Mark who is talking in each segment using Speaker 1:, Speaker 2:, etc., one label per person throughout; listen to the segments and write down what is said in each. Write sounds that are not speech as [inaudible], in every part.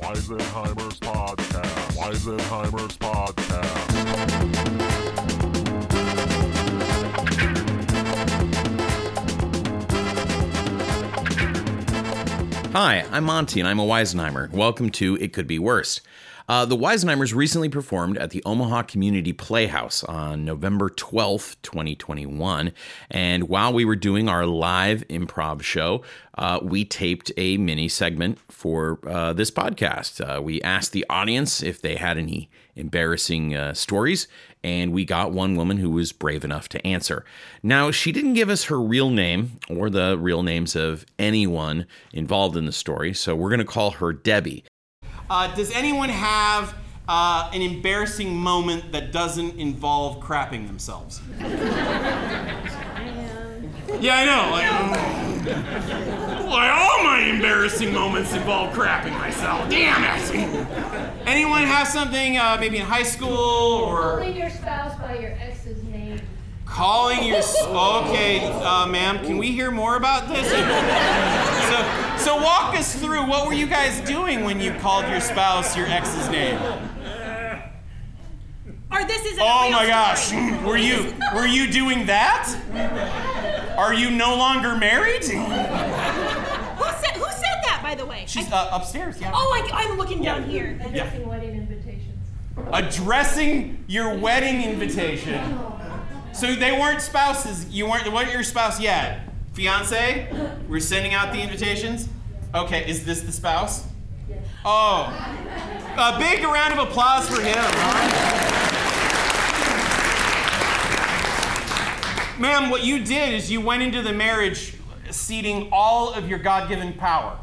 Speaker 1: Weisenheimer's podcast. Weisenheimer's podcast.
Speaker 2: Hi, I'm Monty and I'm a Weisenheimer. Welcome to It Could Be Worse. Uh, the Weisenheimers recently performed at the Omaha Community Playhouse on November 12th, 2021. And while we were doing our live improv show, uh, we taped a mini segment for uh, this podcast. Uh, we asked the audience if they had any embarrassing uh, stories, and we got one woman who was brave enough to answer. Now, she didn't give us her real name or the real names of anyone involved in the story, so we're going to call her Debbie.
Speaker 3: Uh, does anyone have uh, an embarrassing moment that doesn't involve crapping themselves? yeah, I know. Like, um, like, all my embarrassing moments involve crapping myself. Damn it! anyone have something, uh, maybe in high school or
Speaker 4: Calling your spouse by your ex's name.
Speaker 3: calling your? s- Okay, uh, ma'am, can we hear more about this? so, so walk us through. What were you guys doing when you called your spouse your ex's name?
Speaker 5: Or this is
Speaker 3: Oh my gosh, [laughs] were you were you doing that? Are you no longer married? She's
Speaker 5: Who said, who said that, by the way? I,
Speaker 3: uh, upstairs. Yeah.
Speaker 5: oh, I, I'm looking down here.
Speaker 4: That's
Speaker 3: Yeah.
Speaker 4: in wedding invitations.
Speaker 3: Addressing your wedding invitation. So they weren't spouses. You weren't. What your spouse yet? Fiance. We're sending out the invitations. Okay. Is this the spouse? Oh. A big round of applause for him. huh? Ma'am, what you did is you went into the marriage ceding all of your God given power.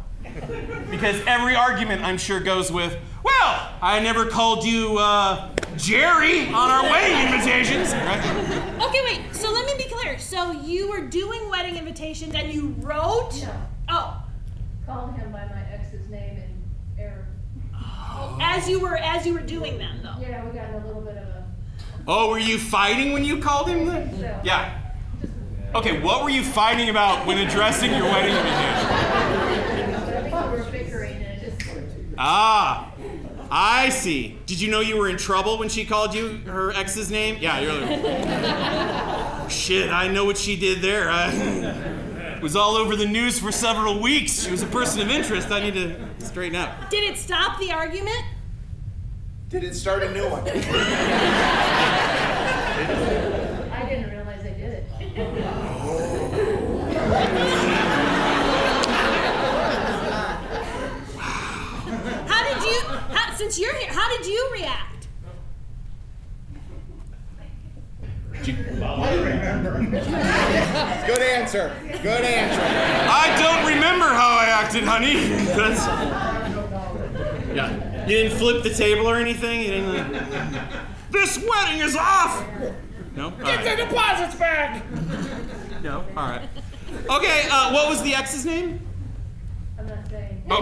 Speaker 3: Because every argument, I'm sure, goes with, well, I never called you uh, Jerry on our wedding invitations. Right?
Speaker 5: Okay, wait. So let me be clear. So you were doing wedding invitations and you wrote?
Speaker 4: No.
Speaker 5: Oh,
Speaker 4: Called him by my ex's name in error.
Speaker 5: as you were as you were doing them though.
Speaker 4: Yeah, we got in a little bit of a.
Speaker 3: Oh, were you fighting when you called him? The...
Speaker 4: So,
Speaker 3: Yeah. Okay, what were you fighting about when addressing your wedding invitation?
Speaker 4: I think we were bickering and it just.
Speaker 3: Ah, I see. Did you know you were in trouble when she called you her ex's name? Yeah, you're like, shit, I know what she did there. I, [laughs] it was all over the news for several weeks. She was a person of interest. I need to straighten up.
Speaker 5: Did it stop the argument?
Speaker 6: Did it start a new one?
Speaker 4: I didn't realize I did it.
Speaker 5: How did you how, since you're here, how did you react?
Speaker 6: Good answer. Good answer.
Speaker 3: I don't remember how I acted, honey. That's... Yeah. You didn't flip the table or anything? You didn't like... This wedding is off! No? All right. Get the deposits back! No? All right. Okay, uh, what was the ex's name?
Speaker 4: I'm not saying.
Speaker 3: Oh,
Speaker 6: Oh,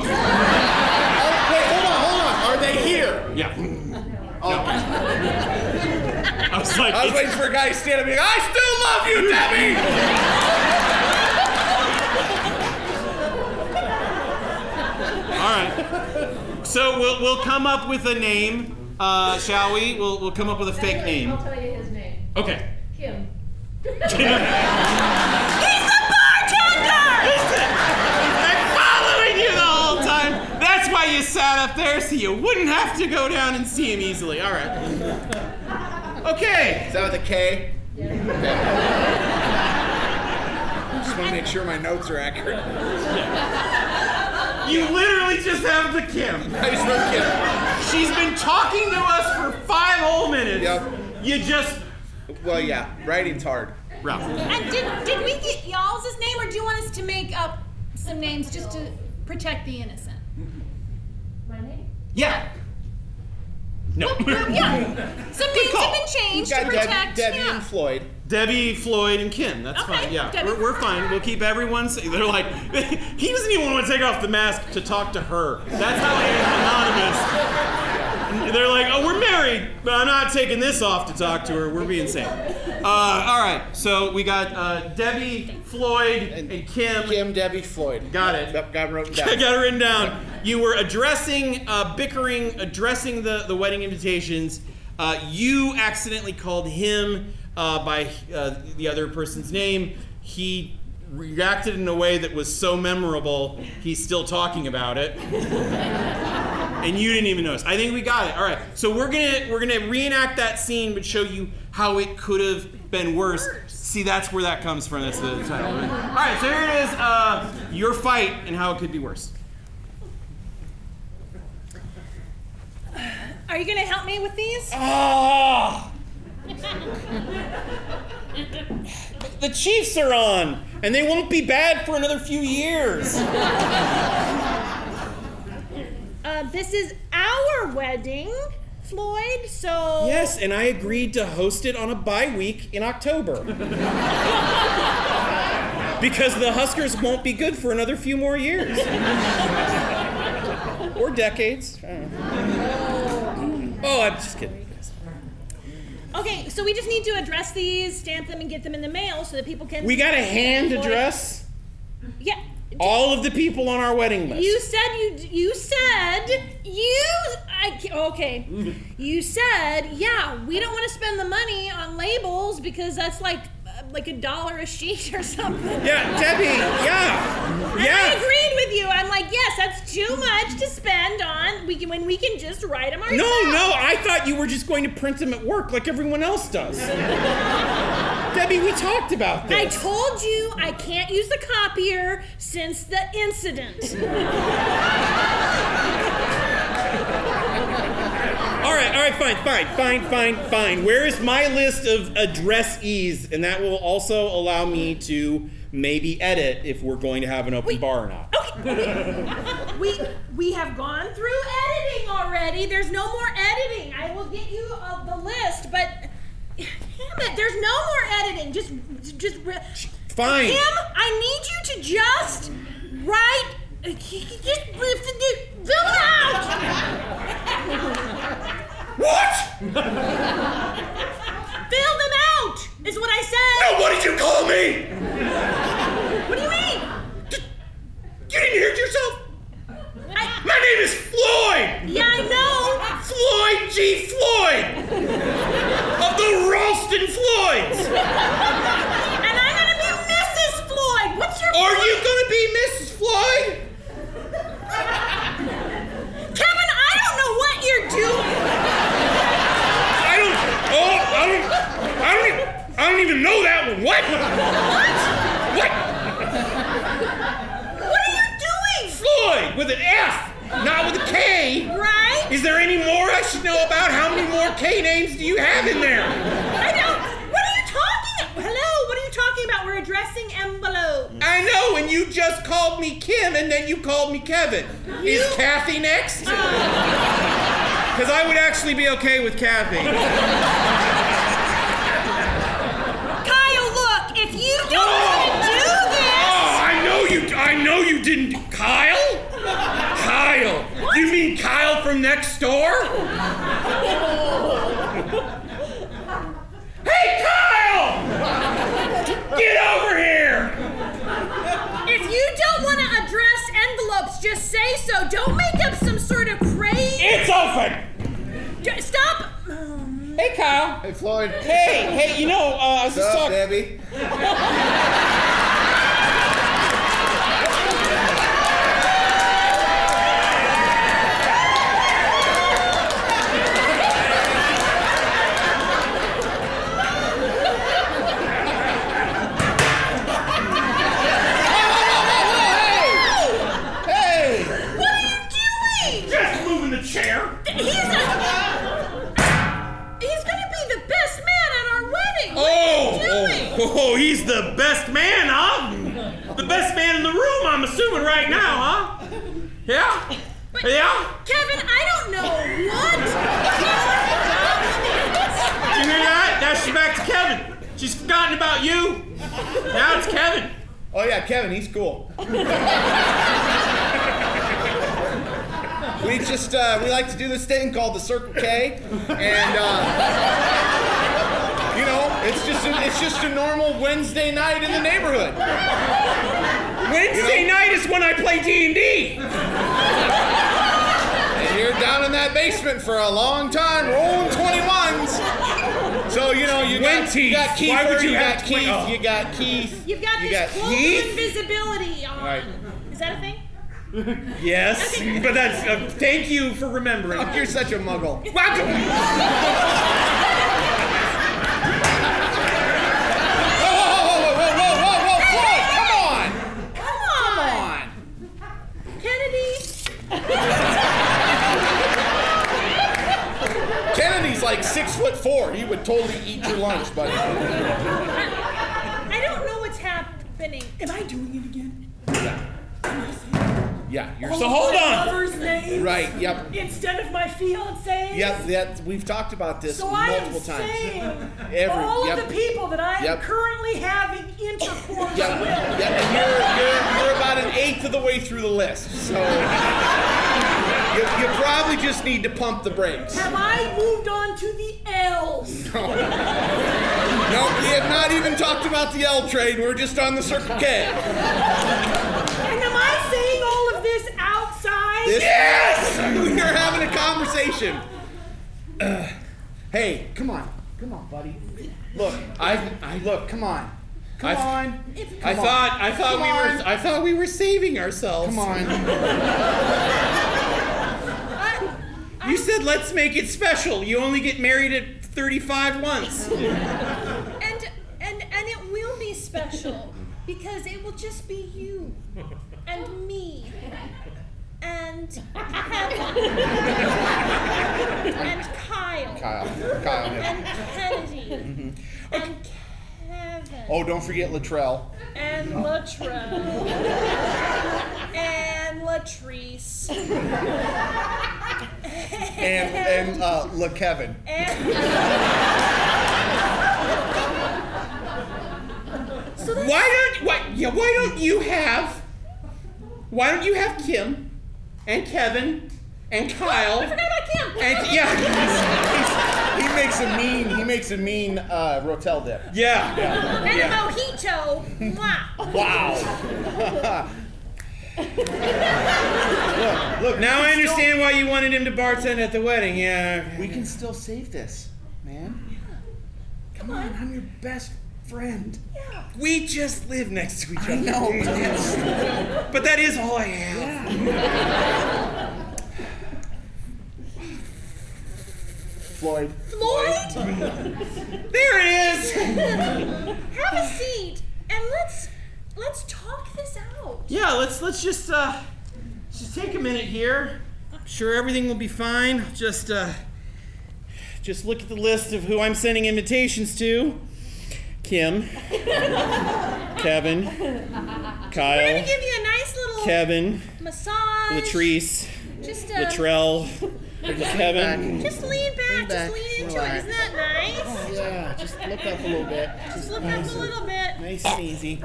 Speaker 6: wait, hold on, hold on. Are they here?
Speaker 3: yeah.
Speaker 6: Oh,
Speaker 3: I was like,
Speaker 6: I was waiting for a guy to stand up and be like, I still love you, Debbie!
Speaker 3: All right. So we'll, we'll come up with a name, uh, shall we? We'll, we'll come up with a fake name.
Speaker 4: I'll tell you his name.
Speaker 3: Okay.
Speaker 4: Kim.
Speaker 5: He's the bartender!
Speaker 3: I've been following you the whole time. That's why you sat up there so you wouldn't have to go down and see him easily. All right. Okay.
Speaker 6: Is that with a K? I just want to make sure my notes are accurate.
Speaker 3: You literally just have the Kim.
Speaker 6: I just wrote Kim.
Speaker 3: She's been talking to us for five whole minutes.
Speaker 6: Yep.
Speaker 3: You just.
Speaker 6: Well, yeah, writing's hard.
Speaker 3: Ralph.
Speaker 5: And did did we get y'all's name or do you want us to make up some names just to protect
Speaker 3: [laughs]
Speaker 5: the innocent?
Speaker 4: My name?
Speaker 3: Yeah. No.
Speaker 5: Yeah. Some names
Speaker 3: call.
Speaker 5: have been changed to
Speaker 6: Got Deb,
Speaker 5: protect
Speaker 6: Debbie
Speaker 5: yeah.
Speaker 6: and Floyd.
Speaker 3: [laughs] Debbie, Floyd, and Kim. That's
Speaker 5: Okay,
Speaker 3: fine. Yeah,
Speaker 5: Debbie.
Speaker 3: we're, we're fine. We'll keep everyone. sa- They're like, [laughs] he doesn't even want to take off the mask to talk to her. That's how they are anonymous. They're like, oh, we're married, but I'm not taking this off to talk to her. We're being safe. Uh, all right, so we got uh, Debbie, Floyd, and Kim.
Speaker 6: Kim, Debbie, Floyd.
Speaker 3: Got it.
Speaker 6: Yep, got it wrote
Speaker 3: [laughs] I
Speaker 6: down.
Speaker 3: got it written down. you were addressing uh, bickering, addressing the, the wedding invitations. Uh, you accidentally called him uh, by uh, the other person's name. He reacted in a way that was so memorable, he's still talking about it. and you didn't even notice. I think we got it. All right. So we're gonna we're gonna reenact that scene, but show you how it could have been worse. See, that's where that comes from. That's the title. All right. So here it is. Uh, your fight and how it could be worse.
Speaker 5: Are you gonna help me with these?
Speaker 3: Ah! the Chiefs are on, and they won't be bad for another few years.
Speaker 5: Uh, this is our wedding, Floyd. So
Speaker 3: Yes, and I agreed to host it on a bye week in October. because the Huskers won't be good for another few more years. or decades. I don't know. Oh, I'm just kidding.
Speaker 5: Okay, so we just need to address these, stamp them, and get them in the mail so that people can.
Speaker 3: We got a hand address
Speaker 5: Yeah.
Speaker 3: all of the people on our wedding list.
Speaker 5: You said you you said you I ca- okay.
Speaker 3: Mm-hmm.
Speaker 5: You said yeah. We don't want to spend the money on labels because that's like uh, like a dollar a sheet or something.
Speaker 3: yeah, Debbie, yeah.
Speaker 5: And I
Speaker 3: Yeah.
Speaker 5: agreed with you. I'm like yes, that's too much to spend on. We can when we can just write them ourselves.
Speaker 3: No, no, I thought you were just going to print them at work like everyone else does. Debbie, we talked about this.
Speaker 5: I told you I can't use the copier since the incident.
Speaker 3: All right, all right, fine, fine, fine, fine, fine. Where is my list of addressees? And that will also allow me to maybe edit if we're going to have an open
Speaker 5: Wait.
Speaker 3: bar or not.
Speaker 5: Okay. [laughs] we we have gone through editing already. There's no more editing. I will get you uh, the list, but damn it, there's no more editing. Just just re-
Speaker 3: Fine.
Speaker 5: Kim, I need you to just write. Just fill it out.
Speaker 6: [laughs] What?
Speaker 5: Fill them out is what I
Speaker 6: No,
Speaker 5: said.
Speaker 6: what did you call me?
Speaker 5: What do you mean?
Speaker 6: You didn't hear it yourself?
Speaker 5: I,
Speaker 6: My name is Floyd!
Speaker 5: yeah, I
Speaker 6: Floyd G. Floyd! of the Ralston Floyds!
Speaker 5: know. And I'm gonna be Mrs. Floyd. What's your
Speaker 6: Are you gonna be Mrs. Floyd?
Speaker 5: Kevin, I don't know what you're doing.
Speaker 6: I don't. Oh, I don't. I don't. e- I don't even know that one. What? What?
Speaker 5: What are you doing?
Speaker 6: Floyd with an F, not with a K.
Speaker 5: Right?
Speaker 6: Is there any more I should know about? How many more K names do you have in there?
Speaker 5: I don't. What are you talking? Hello. What are you talking about? We're addressing envelope.
Speaker 6: I know, and you just called me Kim, and then you called me Kevin. Is Kathy next? Because I would actually be okay with Kathy.
Speaker 5: Kyle, look. If you don't want to do this,
Speaker 6: Oh, I know you. I know you didn't. Kyle? Kyle. You mean Kyle from next door? hey, Kyle! Get over here!
Speaker 5: if you don't want to address envelopes, just say so. Don't make up some sort of crazy.
Speaker 6: It's open.
Speaker 5: Ju- Stop.
Speaker 3: Hey, Kyle.
Speaker 7: Hey, Floyd.
Speaker 3: Hey, hey, you know, uh, I was just
Speaker 7: What's up,
Speaker 3: talking.
Speaker 7: Debbie? Hey!
Speaker 5: What are you doing?
Speaker 6: Just moving the chair.
Speaker 5: He's a. He's gonna be the best man at our wedding.
Speaker 6: Oh,
Speaker 5: What are you doing?
Speaker 6: oh, oh, he's the best man, huh? The best man in the room, I'm assuming, right now, huh? Yeah?
Speaker 5: But-
Speaker 6: Yeah?
Speaker 5: Kevin, I don't know what.
Speaker 6: You hear that? Now she's back to Kevin. She's forgotten about you. Now it's Kevin.
Speaker 7: Oh yeah, Kevin, he's cool. we just uh, we like to do this thing called the Circle K, and uh, you know, it's just a, it's just a normal Wednesday night in the neighborhood.
Speaker 6: Wednesday night is when I play D and D.
Speaker 7: that basement for a long time, rolling 21s. So, you know, you
Speaker 3: When
Speaker 7: got,
Speaker 3: teeth?
Speaker 7: you got Keith,
Speaker 3: Why would you
Speaker 7: you
Speaker 3: have
Speaker 7: got
Speaker 3: twen-
Speaker 7: Keith,
Speaker 3: oh.
Speaker 7: you got Keith.
Speaker 5: You've got
Speaker 7: You
Speaker 5: this
Speaker 7: got
Speaker 5: cloak
Speaker 7: Heath?
Speaker 5: of invisibility on.
Speaker 7: Right.
Speaker 5: Is that a thing?
Speaker 3: Yes, but that's. Uh, thank you for remembering.
Speaker 7: You're such a muggle.
Speaker 3: Welcome.
Speaker 7: Whoa, whoa, whoa, whoa, whoa, whoa, whoa, whoa, Floyd, come on!
Speaker 5: Come on. Kennedy.
Speaker 7: Kennedy's like six foot four. He would totally eat your lunch, buddy.
Speaker 5: I don't know what's happening. Am I doing it again?
Speaker 7: Yeah, you're
Speaker 3: So hold
Speaker 5: My
Speaker 3: on.
Speaker 5: lover's name
Speaker 7: right. Yep,
Speaker 5: instead of my fiance.
Speaker 7: yep. That we've talked about this
Speaker 5: So I am
Speaker 7: multiple times.
Speaker 5: saying
Speaker 7: [laughs] Every-
Speaker 5: all
Speaker 7: yep.
Speaker 5: of the people that I am
Speaker 7: Yep.
Speaker 5: currently having intercourse
Speaker 7: Yep,
Speaker 5: with.
Speaker 7: yep. And you're, you're, you're about an eighth of the way through the list, so [laughs] you, you probably just need to pump the brakes.
Speaker 5: Have I moved on to the L's?
Speaker 7: No, we have not even talked about the L train. We're just on the Circle K.
Speaker 5: And am I saying all of this outside?
Speaker 7: This- yes, [laughs] we are having a conversation. Ugh. hey, come on, come on, buddy. Look, I, I look, come on, come
Speaker 3: I've-
Speaker 7: on.
Speaker 5: If-
Speaker 3: I thought I thought
Speaker 7: Come
Speaker 3: we
Speaker 7: on.
Speaker 3: were I thought we were saving ourselves.
Speaker 7: Come on.
Speaker 5: I-
Speaker 3: You said let's make it special. You only get married at 35 once.
Speaker 5: and and and it will be special because it will just be you and me [laughs] and Kevin and Kyle,
Speaker 7: Kyle, Kyle.
Speaker 5: and Kennedy
Speaker 7: Mm-hmm.
Speaker 5: and Kevin
Speaker 7: Oh, don't forget Latrell.
Speaker 5: and Latrell and Latrice
Speaker 7: And, and uh, LaKevin.
Speaker 5: and so that's
Speaker 3: Why don't why yeah, why don't you have Why don't you have Kim and Kevin and Kyle
Speaker 5: I forgot about Kim.
Speaker 3: and yeah
Speaker 7: He makes a mean, he makes a mean uh, Rotel dip.
Speaker 3: yeah.
Speaker 5: And a mojito. Mwah.
Speaker 7: Look,
Speaker 3: Now I understand why you wanted him to bartend at the wedding. Yeah.
Speaker 7: We can still save this, man. Come on, I'm your best friend.
Speaker 3: We just live next to each other.
Speaker 7: No, but
Speaker 3: [laughs]
Speaker 7: that's-
Speaker 3: But that is all I have.
Speaker 7: Floyd.
Speaker 5: Floyd,
Speaker 3: There it is.
Speaker 5: have a seat and let's let's talk this out.
Speaker 3: Yeah, let's let's just uh just take a minute here. I'm sure everything will be fine. Just uh just look at the list of who I'm sending invitations to. Kim, Kevin,
Speaker 5: I'm gonna
Speaker 3: Kyle,
Speaker 5: give you a nice little
Speaker 3: Kevin,
Speaker 5: massage.
Speaker 3: Latrice,
Speaker 5: Just um,
Speaker 3: Latrell, Kevin.
Speaker 5: Just lean back. Just lean into it.
Speaker 7: relax.
Speaker 5: Isn't
Speaker 7: Oh,
Speaker 5: that nice?
Speaker 7: Yeah, just look up a little bit.
Speaker 5: Just look up a little bit.
Speaker 3: Nice and easy.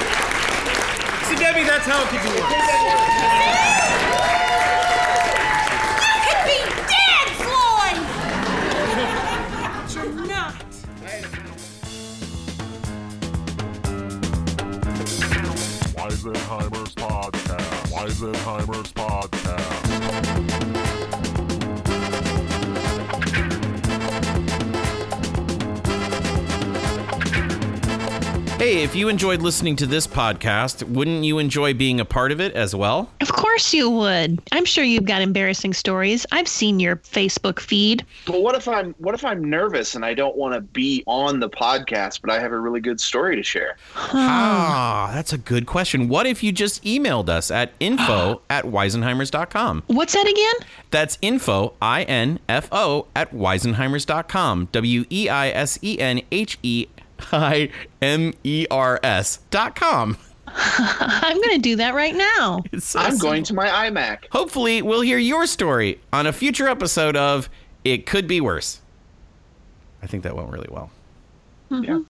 Speaker 3: So Debbie, that's how it could be. worked.
Speaker 5: You could be dead, Floyd. but [laughs] you're not.
Speaker 1: Weisenheimer's Podcast. Weisenheimer's Podcast.
Speaker 2: Hey, if you enjoyed listening to this podcast, wouldn't you enjoy being a part of it as well?
Speaker 8: Of course you would. I'm sure you've got embarrassing stories. I've seen your Facebook feed.
Speaker 9: But what if I'm what if I'm nervous and I don't want to be on the podcast, but I have a really good story to share?
Speaker 2: Ah, that's a good question. What if you just emailed us at info at weisenheimers.com?
Speaker 8: What's that again? [laughs]
Speaker 2: That's info, I N F O, at weisenheimers.com. W E I S E N H E I M E R S dot com. [laughs]
Speaker 8: I'm going to do that right now.
Speaker 2: It's so
Speaker 9: I'm
Speaker 2: simple.
Speaker 9: going to my iMac.
Speaker 2: Hopefully, we'll hear your story on a future episode of It Could Be Worse. I think that went really well.
Speaker 9: Yeah.